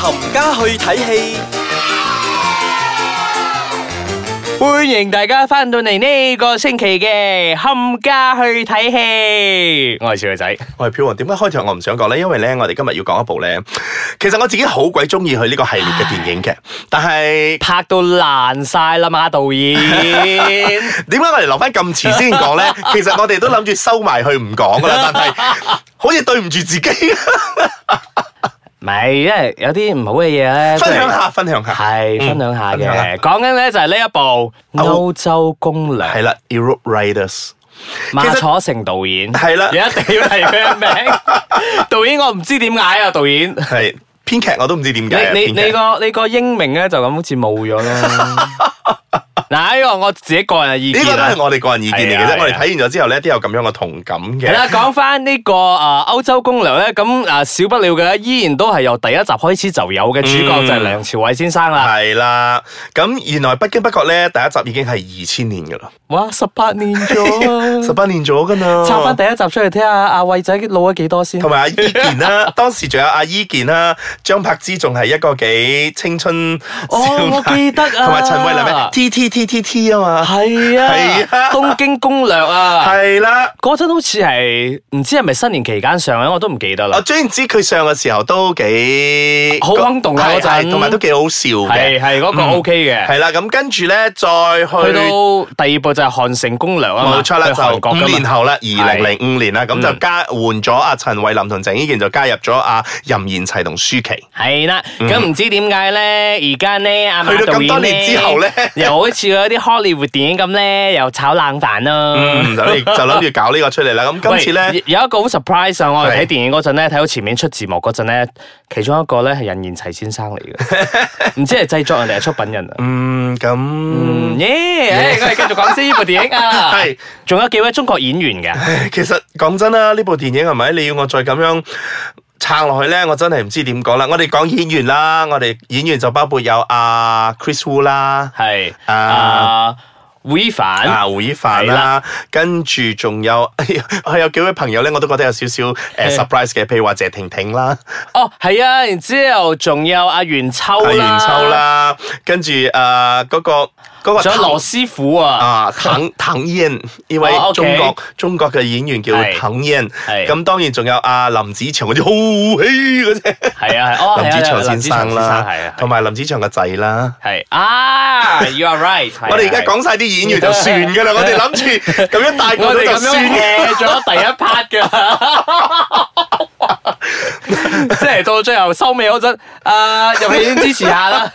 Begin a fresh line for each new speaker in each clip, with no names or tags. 冚家去睇戲，
欢迎大家翻到嚟呢个星期嘅冚家去睇戏，我系小女仔，
我係飄王，點解開頭我唔想講咧？因為咧，我哋今日要講一部咧，其實我自己好鬼中意佢呢個系列嘅電影嘅，但係
拍到烂晒啦嘛，导演，
點解我哋留翻咁遲先 講咧？其實我哋都諗住收埋佢唔講噶啦，但係好似對唔住自己，
唔系，因为有啲唔好嘅嘢咧，
分享下，分享下，
系分享下
分享下
嘅，讲紧咧就系呢一部《欧洲攻略》，
係啦，Europe Riders。
馬
其實
楚成導演
係啦
一定要提佢 嘅名。導演我唔知點解啊，導演，
係編劇我都唔知點解啊。
你你
編劇
你個你個英名咧就咁好似冇咗 啦。嗱，呢個我自己個人嘅意
呢個
見
都
啦
係。我哋個人意見嚟
係
嘅
啊係啊
啫。我哋睇完咗之後咧，都有咁樣嘅同感
係
嘅。
啦，講翻呢個啊歐洲攻略咧，咁啊少不了嘅，依然都係由第一集開始就有嘅主角
嗯
就係梁朝偉先生啦。
係啦，咁原來不經不覺咧，第一集已經係二千年噶啦，
哇，十八年咗，
十八年咗噶啦。
插翻第一集出嚟睇下阿偉仔老咗幾多先
同。埋阿伊健 啦，當時仲有阿伊健啦，張柏芝仲係一個幾青春少
哦，我記得啊，
同埋陳慧琳咩 T T T T T 啊嘛，
係啊，
係啊
東京攻略啊，
係啦。
嗰陣好似係唔知係咪新年期間上咧，我都唔記得
我
啦。
總然之佢上嘅時候都幾
好轟動啊
係
嗰陣
係同埋都幾好笑
係
嘅。
係嗰個
嗯
OK 嘅，
係啦，咁跟住咧再
去
去
到第二部就係韓城攻略啊嘛，
冇錯啦，
去韓
就
國
五
㗎
年
嘛。嗯
後啦，二零零五年啦，咁就加換咗阿陳慧琳同鄭伊健，就加入咗阿任賢齊同舒淇。
係啦，咁唔知點解咧？而家咧，阿馬
嗯去到
導
咁多
演
年之後呢
又好似嗰啲 Hollywood 電影咁咧，又炒冷飯咯。
嗯，就諗住就諗住搞呢個出嚟啦。咁今次咧
喂。有有一個好 surprise 啊！我哋睇
係
電影嗰陣咧，睇到前面出字幕嗰陣咧，其中一個咧係任賢齊先生嚟嘅， 唔知係製作人定係出品人啊？
嗯，咁
嗯耶！誒我哋繼續講先呢部電影啊，
係
仲有幾位中國演員嘅，
其實講真啦，呢部電影係咪你要我再咁樣撐落去咧？我真係唔知點講啦。我哋講演員啦，我哋演員就包括有阿、Chris Wu 啦，
係
啊
啊，吳亦凡
啊胡一凡
嗯係
啦，跟住仲有 我有幾位朋友咧，我都覺得有少少誒 surprise 嘅，譬如話謝婷婷啦、
哦，係啊，然之後仲有阿袁秋
阿
啦，
袁秋，啦，跟住誒嗰個嗰、個
仲有
滕
羅師傅啊，
啊，滕滕燕呢位
哦，OK
中國中國嘅演員叫
係
滕燕，
係
咁當然仲有阿林子祥嗰啲好戲嗰隻。
係啊，係哦，
林子
係啊
祥先生啦
係啊，，
同埋林子祥個仔啦。
係啊，you are right，係啊
我哋而家。講晒啲演員就 算噶啦，我哋諗住咁樣大
係我
個
哋
咗就
咁樣
算。
hea 咗第一 part 㗎， 即係到最後收尾嗰陣，啊入戲院支持下 啦。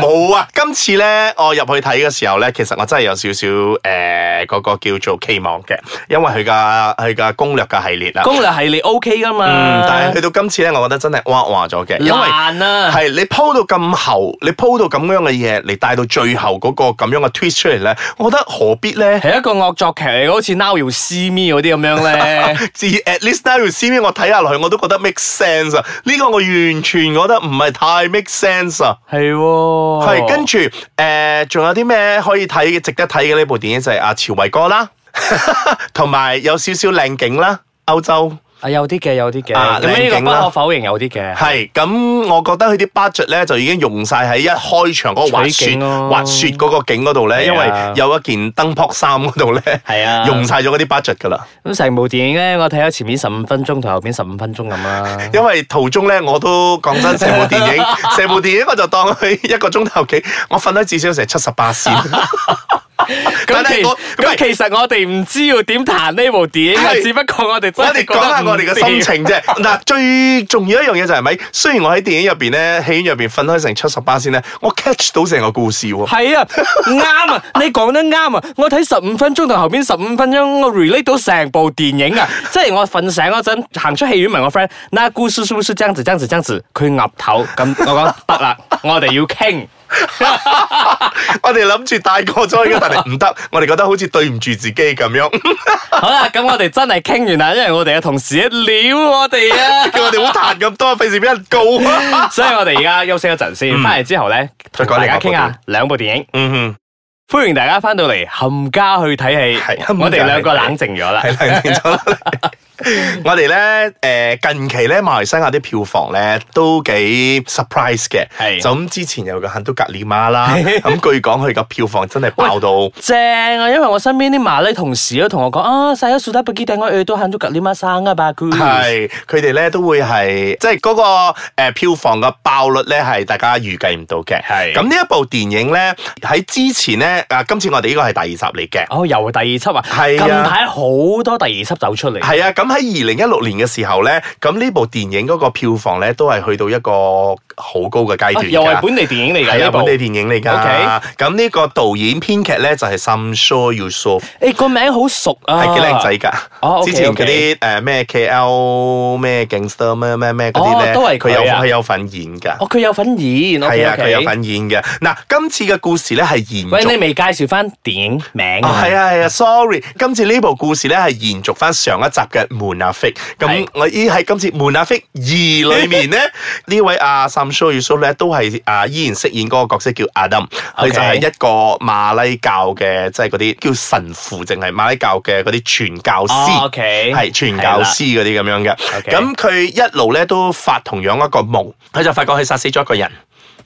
冇啊！今次咧，我入去睇嘅時候咧，其實我真係有少少誒嗰個叫做期望嘅，因為佢嘅佢嘅攻略嘅系列啦。
攻略系列 O K 噶嘛，
嗯，但係去到今次咧，我覺得真係哇哇咗嘅，因為。
難啊，
係你鋪到咁厚，你鋪到咁樣嘅嘢，你帶到最後嗰個咁樣嘅 twist 出嚟咧，我覺得何必咧？
係一個惡作劇嚟，好似 Now You See Me 嗰啲咁樣咧。
啊 至 at least now you see me，我睇下落去我都覺得 make sense 啊！呢、個我完全覺得唔係太 make sense 啊！
係喎，
係跟住誒，呃仲、有啲咩可以睇值得睇嘅呢部電影就係、阿、朝偉哥啦， 同埋有少少靚景啦，歐洲。
啊有啲嘅，有啲嘅，
啊
咁呢
靚
個
景
不
啦
可否認有啲嘅。
係咁，我覺得佢啲 budget 咧就已經用晒喺一開場嗰個滑
取
雪
景咯
滑雪嗰個景嗰度咧，因
係
為
啊
有一件燈泡衫嗰度咧，
係啊
用晒咗嗰啲 budget 噶啦。
咁成部電影咧，我睇咗前面十五分鐘同後面十五分鐘咁啦。
因為途中咧，我都講真，成部電 影，成部電影我就當佢一個鐘頭幾，我瞓得至少成七十八線。但
咁
係
其
我
咁其實我哋唔知要點彈呢部電影啊，
係
只不過我哋 真
我
係
哋講下
覺得唔
我哋嘅心情啫。嗱，最重要一樣嘢就係咪？雖然我喺電影入邊咧，戲院入邊瞓開成七十八線咧，我 catch 到成個故事 喎。
掂。係啊，啱啊， 你講得啱啊！我睇十五分鐘同後邊十五分鐘，我 relate 到成部電影啊！ 即係我瞓醒嗰陣，行出戲院問我 friend，嗱，故事是不是這樣子、這樣子、這樣子？佢岌頭，咁我講得啦，我哋要傾。
我哋諗住大個咗嘅，但 係唔得，我哋覺得好似對唔住自己咁樣，
好啦，咁我哋真係傾完啦，因為我哋嘅同事一撩我哋啊，
叫我哋好彈咁多，費事俾人告 啊！
所以我哋而家休息一陣先，翻嚟之後咧，
嗯再
同
講
大
另外
家
一部
傾下兩部電影。
嗯
歡迎大家翻到嚟冚家去睇戲
係，冚家
我哋兩個冷靜咗啦
哼，。係啦，認咗啦。我哋咧诶近期咧馬來西亞啲票房咧都幾 surprise 嘅，
係
就咁之前有個肯都格里 馬啦，咁據講佢個票房真係爆到。
正啊！因為我身邊啲馬來同事都同我講啊，細咗數得不記得我誒都喊咗格里馬生啊吧佢。
係佢哋咧都會係即係嗰個呃票房嘅爆率咧係大家預計唔到嘅。
係
咁呢一部電影咧喺之前咧啊，今次我哋呢個係第二集嚟嘅。
哦，又第二輯啊！
係啊
近排好多第二輯走出嚟。
係啊，咁喺二零一六年嘅時候咧，咁呢部電影嗰個票房咧都係去到一個好高嘅階
啊
段㗎。
又係本地電影嚟㗎
係
呢
啊，
部
本。地電影嚟㗎。咁呢個導演編劇咧就係 Samsho Yusuf，
誒個名好熟啊，
係幾靚仔㗎。
哦，OK，
之前嗰啲誒咩 KL 咩 gangster 咩咩咩嗰啲
哦
咧，
都係
佢
佢
有
啊
佢有份演㗎。
哦，佢有份演。
係啊，
OK，OK
佢有。份演嘅。嗱，今次嘅故事咧係延
喂，你
續。
未介紹翻電影名
啊，係啊，係啊，sorry，今次呢部故事咧係延續翻上一集嘅《門阿 f i 咁
係
我依喺今次《門阿 f i 二》裏面咧，呢位阿 Sam s h o y s u 咧都係啊依然飾演嗰個角色叫 Adam，佢
OK
就係一個馬拉教嘅，即係嗰啲叫神父，淨係馬拉教嘅嗰啲傳教
哦
師，
，OK，
係傳教師嗰啲咁樣嘅。
OK
咁佢一路咧都發同樣一個夢，佢就發覺佢殺死咗一個人。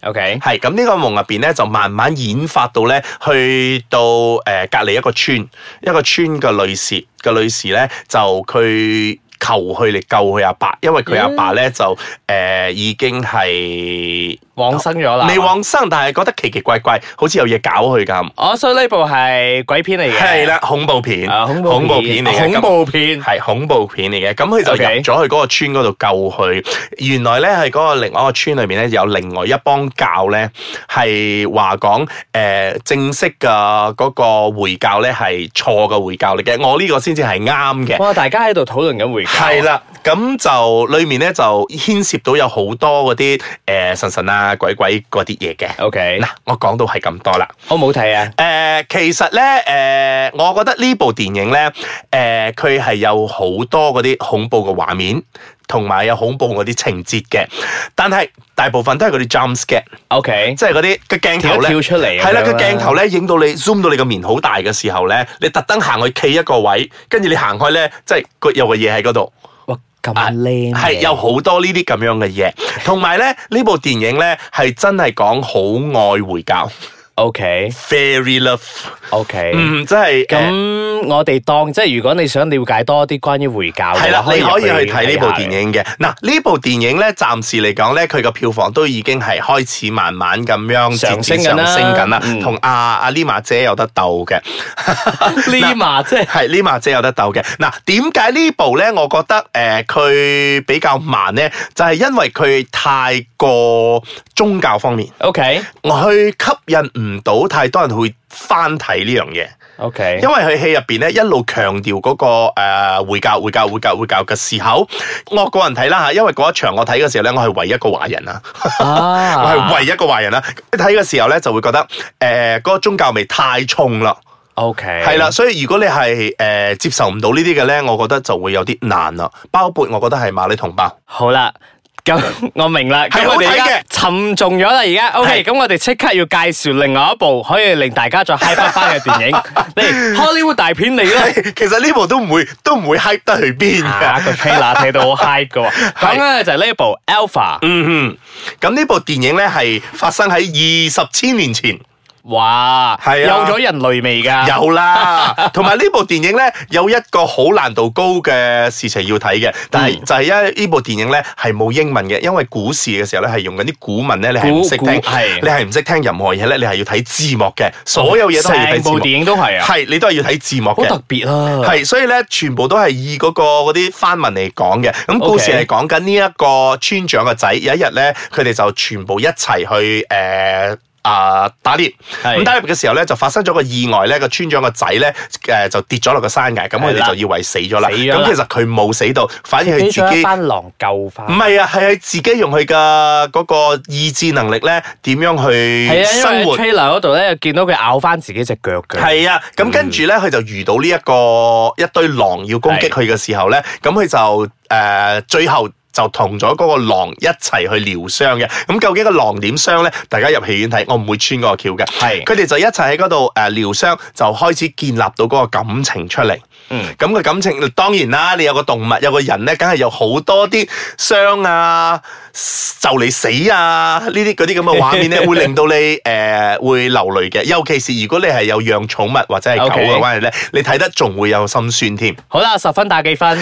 ，OK，
係咁呢個夢入邊咧，就慢慢演發到咧，去到誒、呃隔離一個村，一個村嘅女士嘅女士咧，就佢。求佢嚟救佢阿爸，因為
嗯
佢阿爸咧就誒、呃已經係
往生咗啦。
未往生，但係覺得奇奇怪怪，好似有嘢搞佢咁。
哦，所以呢部係鬼片嚟嘅。
係。啦，恐怖片，
啊，恐怖
恐怖片嚟嘅，咁
恐怖片。
係恐怖片嚟嘅，咁佢就
OK
入咗去嗰個村嗰度救佢。原來咧係嗰個另外一個村裏面咧有另外一幫教咧係話講誒正式嘅嗰個回教咧係錯嘅回教嚟嘅，我呢個先至係啱 嘅。
哇！大家喺度討論緊回教。
係啦，咁就裏面咧就牽涉到有好多嗰啲誒神神啊鬼鬼嗰啲嘢嘅。
OK，
嗱，我講到係咁多啦。
我冇睇啊。
誒、呃其實咧，誒、我覺得呢部電影咧，誒、佢係有好多嗰啲恐怖嘅畫面，同埋有恐怖嗰啲情節嘅，但係大部分都係嗰啲 jump scare，
OK，
即係嗰啲個鏡頭咧
跳一跳出嚟咁
係啦，
樣
個
啦
鏡頭咧影到你 zoom 到你個面好大嘅時候咧，你特登行去企一個位，跟住你行開咧，即係個有個嘢喺嗰度。
哇咁靚嘅。
係有好多呢啲咁樣嘅嘢，同埋咧呢部電影咧係真係講好愛回教
OK
，very love，
OK。
嗯，真係誒
咁我哋當即係如果你想了解多啲關於回教嘅話，
係啦，你可以去睇呢部電
影。
影嘅。嗱，呢部電影咧，暫時嚟講咧，佢個票房都已經係開始慢慢咁樣
上
節節
升緊啦
上升緊啦，
嗯
同阿阿 Lima 姐有得鬥嘅，
呢嘛即係
係 Lima 姐有得鬥嘅。嗱，點解呢部咧？我覺得誒，佢、比較慢咧，就係、因為佢太過宗教方面，
OK
我去吸引唔到太多人會翻睇呢樣嘢。
OK
因。為佢戲入邊咧一路強調嗰、個、呃、回教、回教、回教、回教嘅時候，我個人睇啦嚇，因為嗰一場我睇嘅時候咧，我係唯一一個華人啦，我
啊
係唯一一個華人啦。睇嘅時候咧就會覺得呃誒嗰、個宗教味太重啦，
OK
係啦，所以如果你係誒、呃接受唔到呢啲嘅咧，我覺得就會有啲難啦。包括我覺得係馬里同胞，
好啦。咁 我明啦，
係
咁
好
我哋
睇
而
嘅
家沉重咗啦，而家 OK，咁我哋即刻要介紹另外一部可以令大家再 high 翻翻嘅 電影，嚟 Hollywood 大片嚟啦。
其實呢部都唔會都唔會 hype 得去邊
啊
嘅。
個 trailer 睇到好 high 嘅喎，講緊嘅就係呢一部 Alpha，
嗯哼，咁呢部電影咧係發生喺二十千年前。
哇，
係啊
有咗人類味㗎，
有啦，同埋呢部電影咧有一個好難度高嘅事情要睇嘅，但係
嗯
就係因為呢部電影咧係冇英文嘅，因為古時嘅時候咧係用緊啲古文咧，你係唔識
古
聽，
古係
你係唔識聽任何嘢咧，你係要睇字幕嘅，所有嘢都係要睇
成
字
部
幕，
電影都係啊，
係你都係要睇字幕
好
嘅
特。別啊，
係，所以咧，全部都係以嗰、個嗰啲番文嚟講嘅。咁故事
OK
係講緊呢一個村長嘅仔，有一日咧，佢哋就全部一齊去誒。呃啊、打獵，
係
咁打獵嘅時候咧，就發生咗個意外咧，個村長個仔咧，誒、就跌咗落個山崖，咁佢
係
哋
啦
就以為死咗啦。
死咗啦
咁其實佢冇死到，反而佢
俾
自
咗
己
一班狼救翻
唔。係啊，係佢自己用佢嘅嗰個意志能力咧，點樣
係
去
啊，因為
生活
trailer 嗰度咧，見到佢咬翻自己只腳嘅。
係啊，咁跟住咧，佢就遇到呢、一個一堆狼要攻擊佢嘅時候咧，咁佢就誒、呃最後就同咗嗰個狼一齊去療傷嘅。咁究竟個狼點傷咧？大家入戲院睇，我唔會穿嗰個橋嘅。
係
佢哋就一齊喺嗰度誒療傷，就開始建立到嗰個感情出嚟。
嗯
咁個感情當然啦，你有個動物，有個人咧，梗係有好多啲傷啊，就嚟死啊，呢啲嗰啲咁嘅畫 面咧，會令到你誒、呃、會流淚嘅。尤其是如果你係有養寵物或者係狗
OK
嘅關係咧，你睇得仲會有心酸添。誒、
好啦，十分打幾分？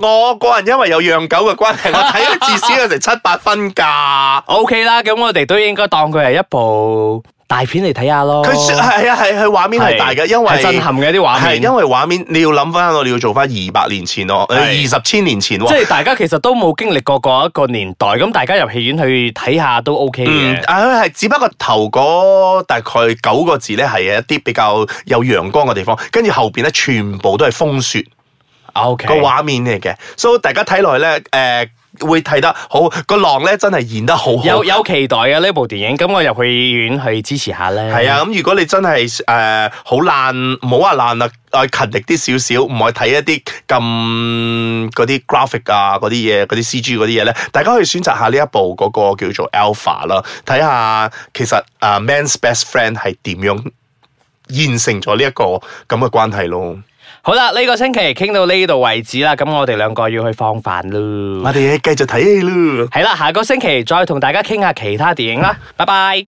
我個人因為有養狗嘅關 係，我睇得至少有成七八分㗎。
O K 啦，咁我哋都應該當佢係一部大片嚟睇下咯。
佢係啊係佢畫面係大嘅，因為
係震撼嘅啲畫
係
面，
因為畫面你要諗翻我哋要做翻二百年前咯，二
係
十千年前喎
即。係大家其實都冇經歷過嗰一個年代，咁大家入戲院去睇下都 O K
嗯
嘅，。
啊，係，只不過頭嗰大概九個字咧，係一啲比較有陽光嘅地方，跟住後邊咧全部都係風雪
O K，
個畫面嚟嘅，所以大家睇落去咧，誒、會睇得好，個浪咧真係演得好好。
有有期待嘅呢部電影，咁我入去院去支持下咧。
係啊，咁如果你真係誒好爛，唔好話爛啦，誒勤力啲少少，唔係睇一啲咁嗰啲 graphic 啊，嗰啲嘢，嗰啲 CG 嗰啲嘢咧，大家可以選擇下呢一部嗰個叫做 Alpha 啦，睇下其實啊 Man's Best Friend 係點樣現成咗呢一個咁嘅關係咯。
好啦，呢個星期傾到呢度為止啦，咁我哋兩個要去放飯咯
我。哋繼續睇戲咯。
係啦，下個星期再同大家傾下其他電影啦，拜拜。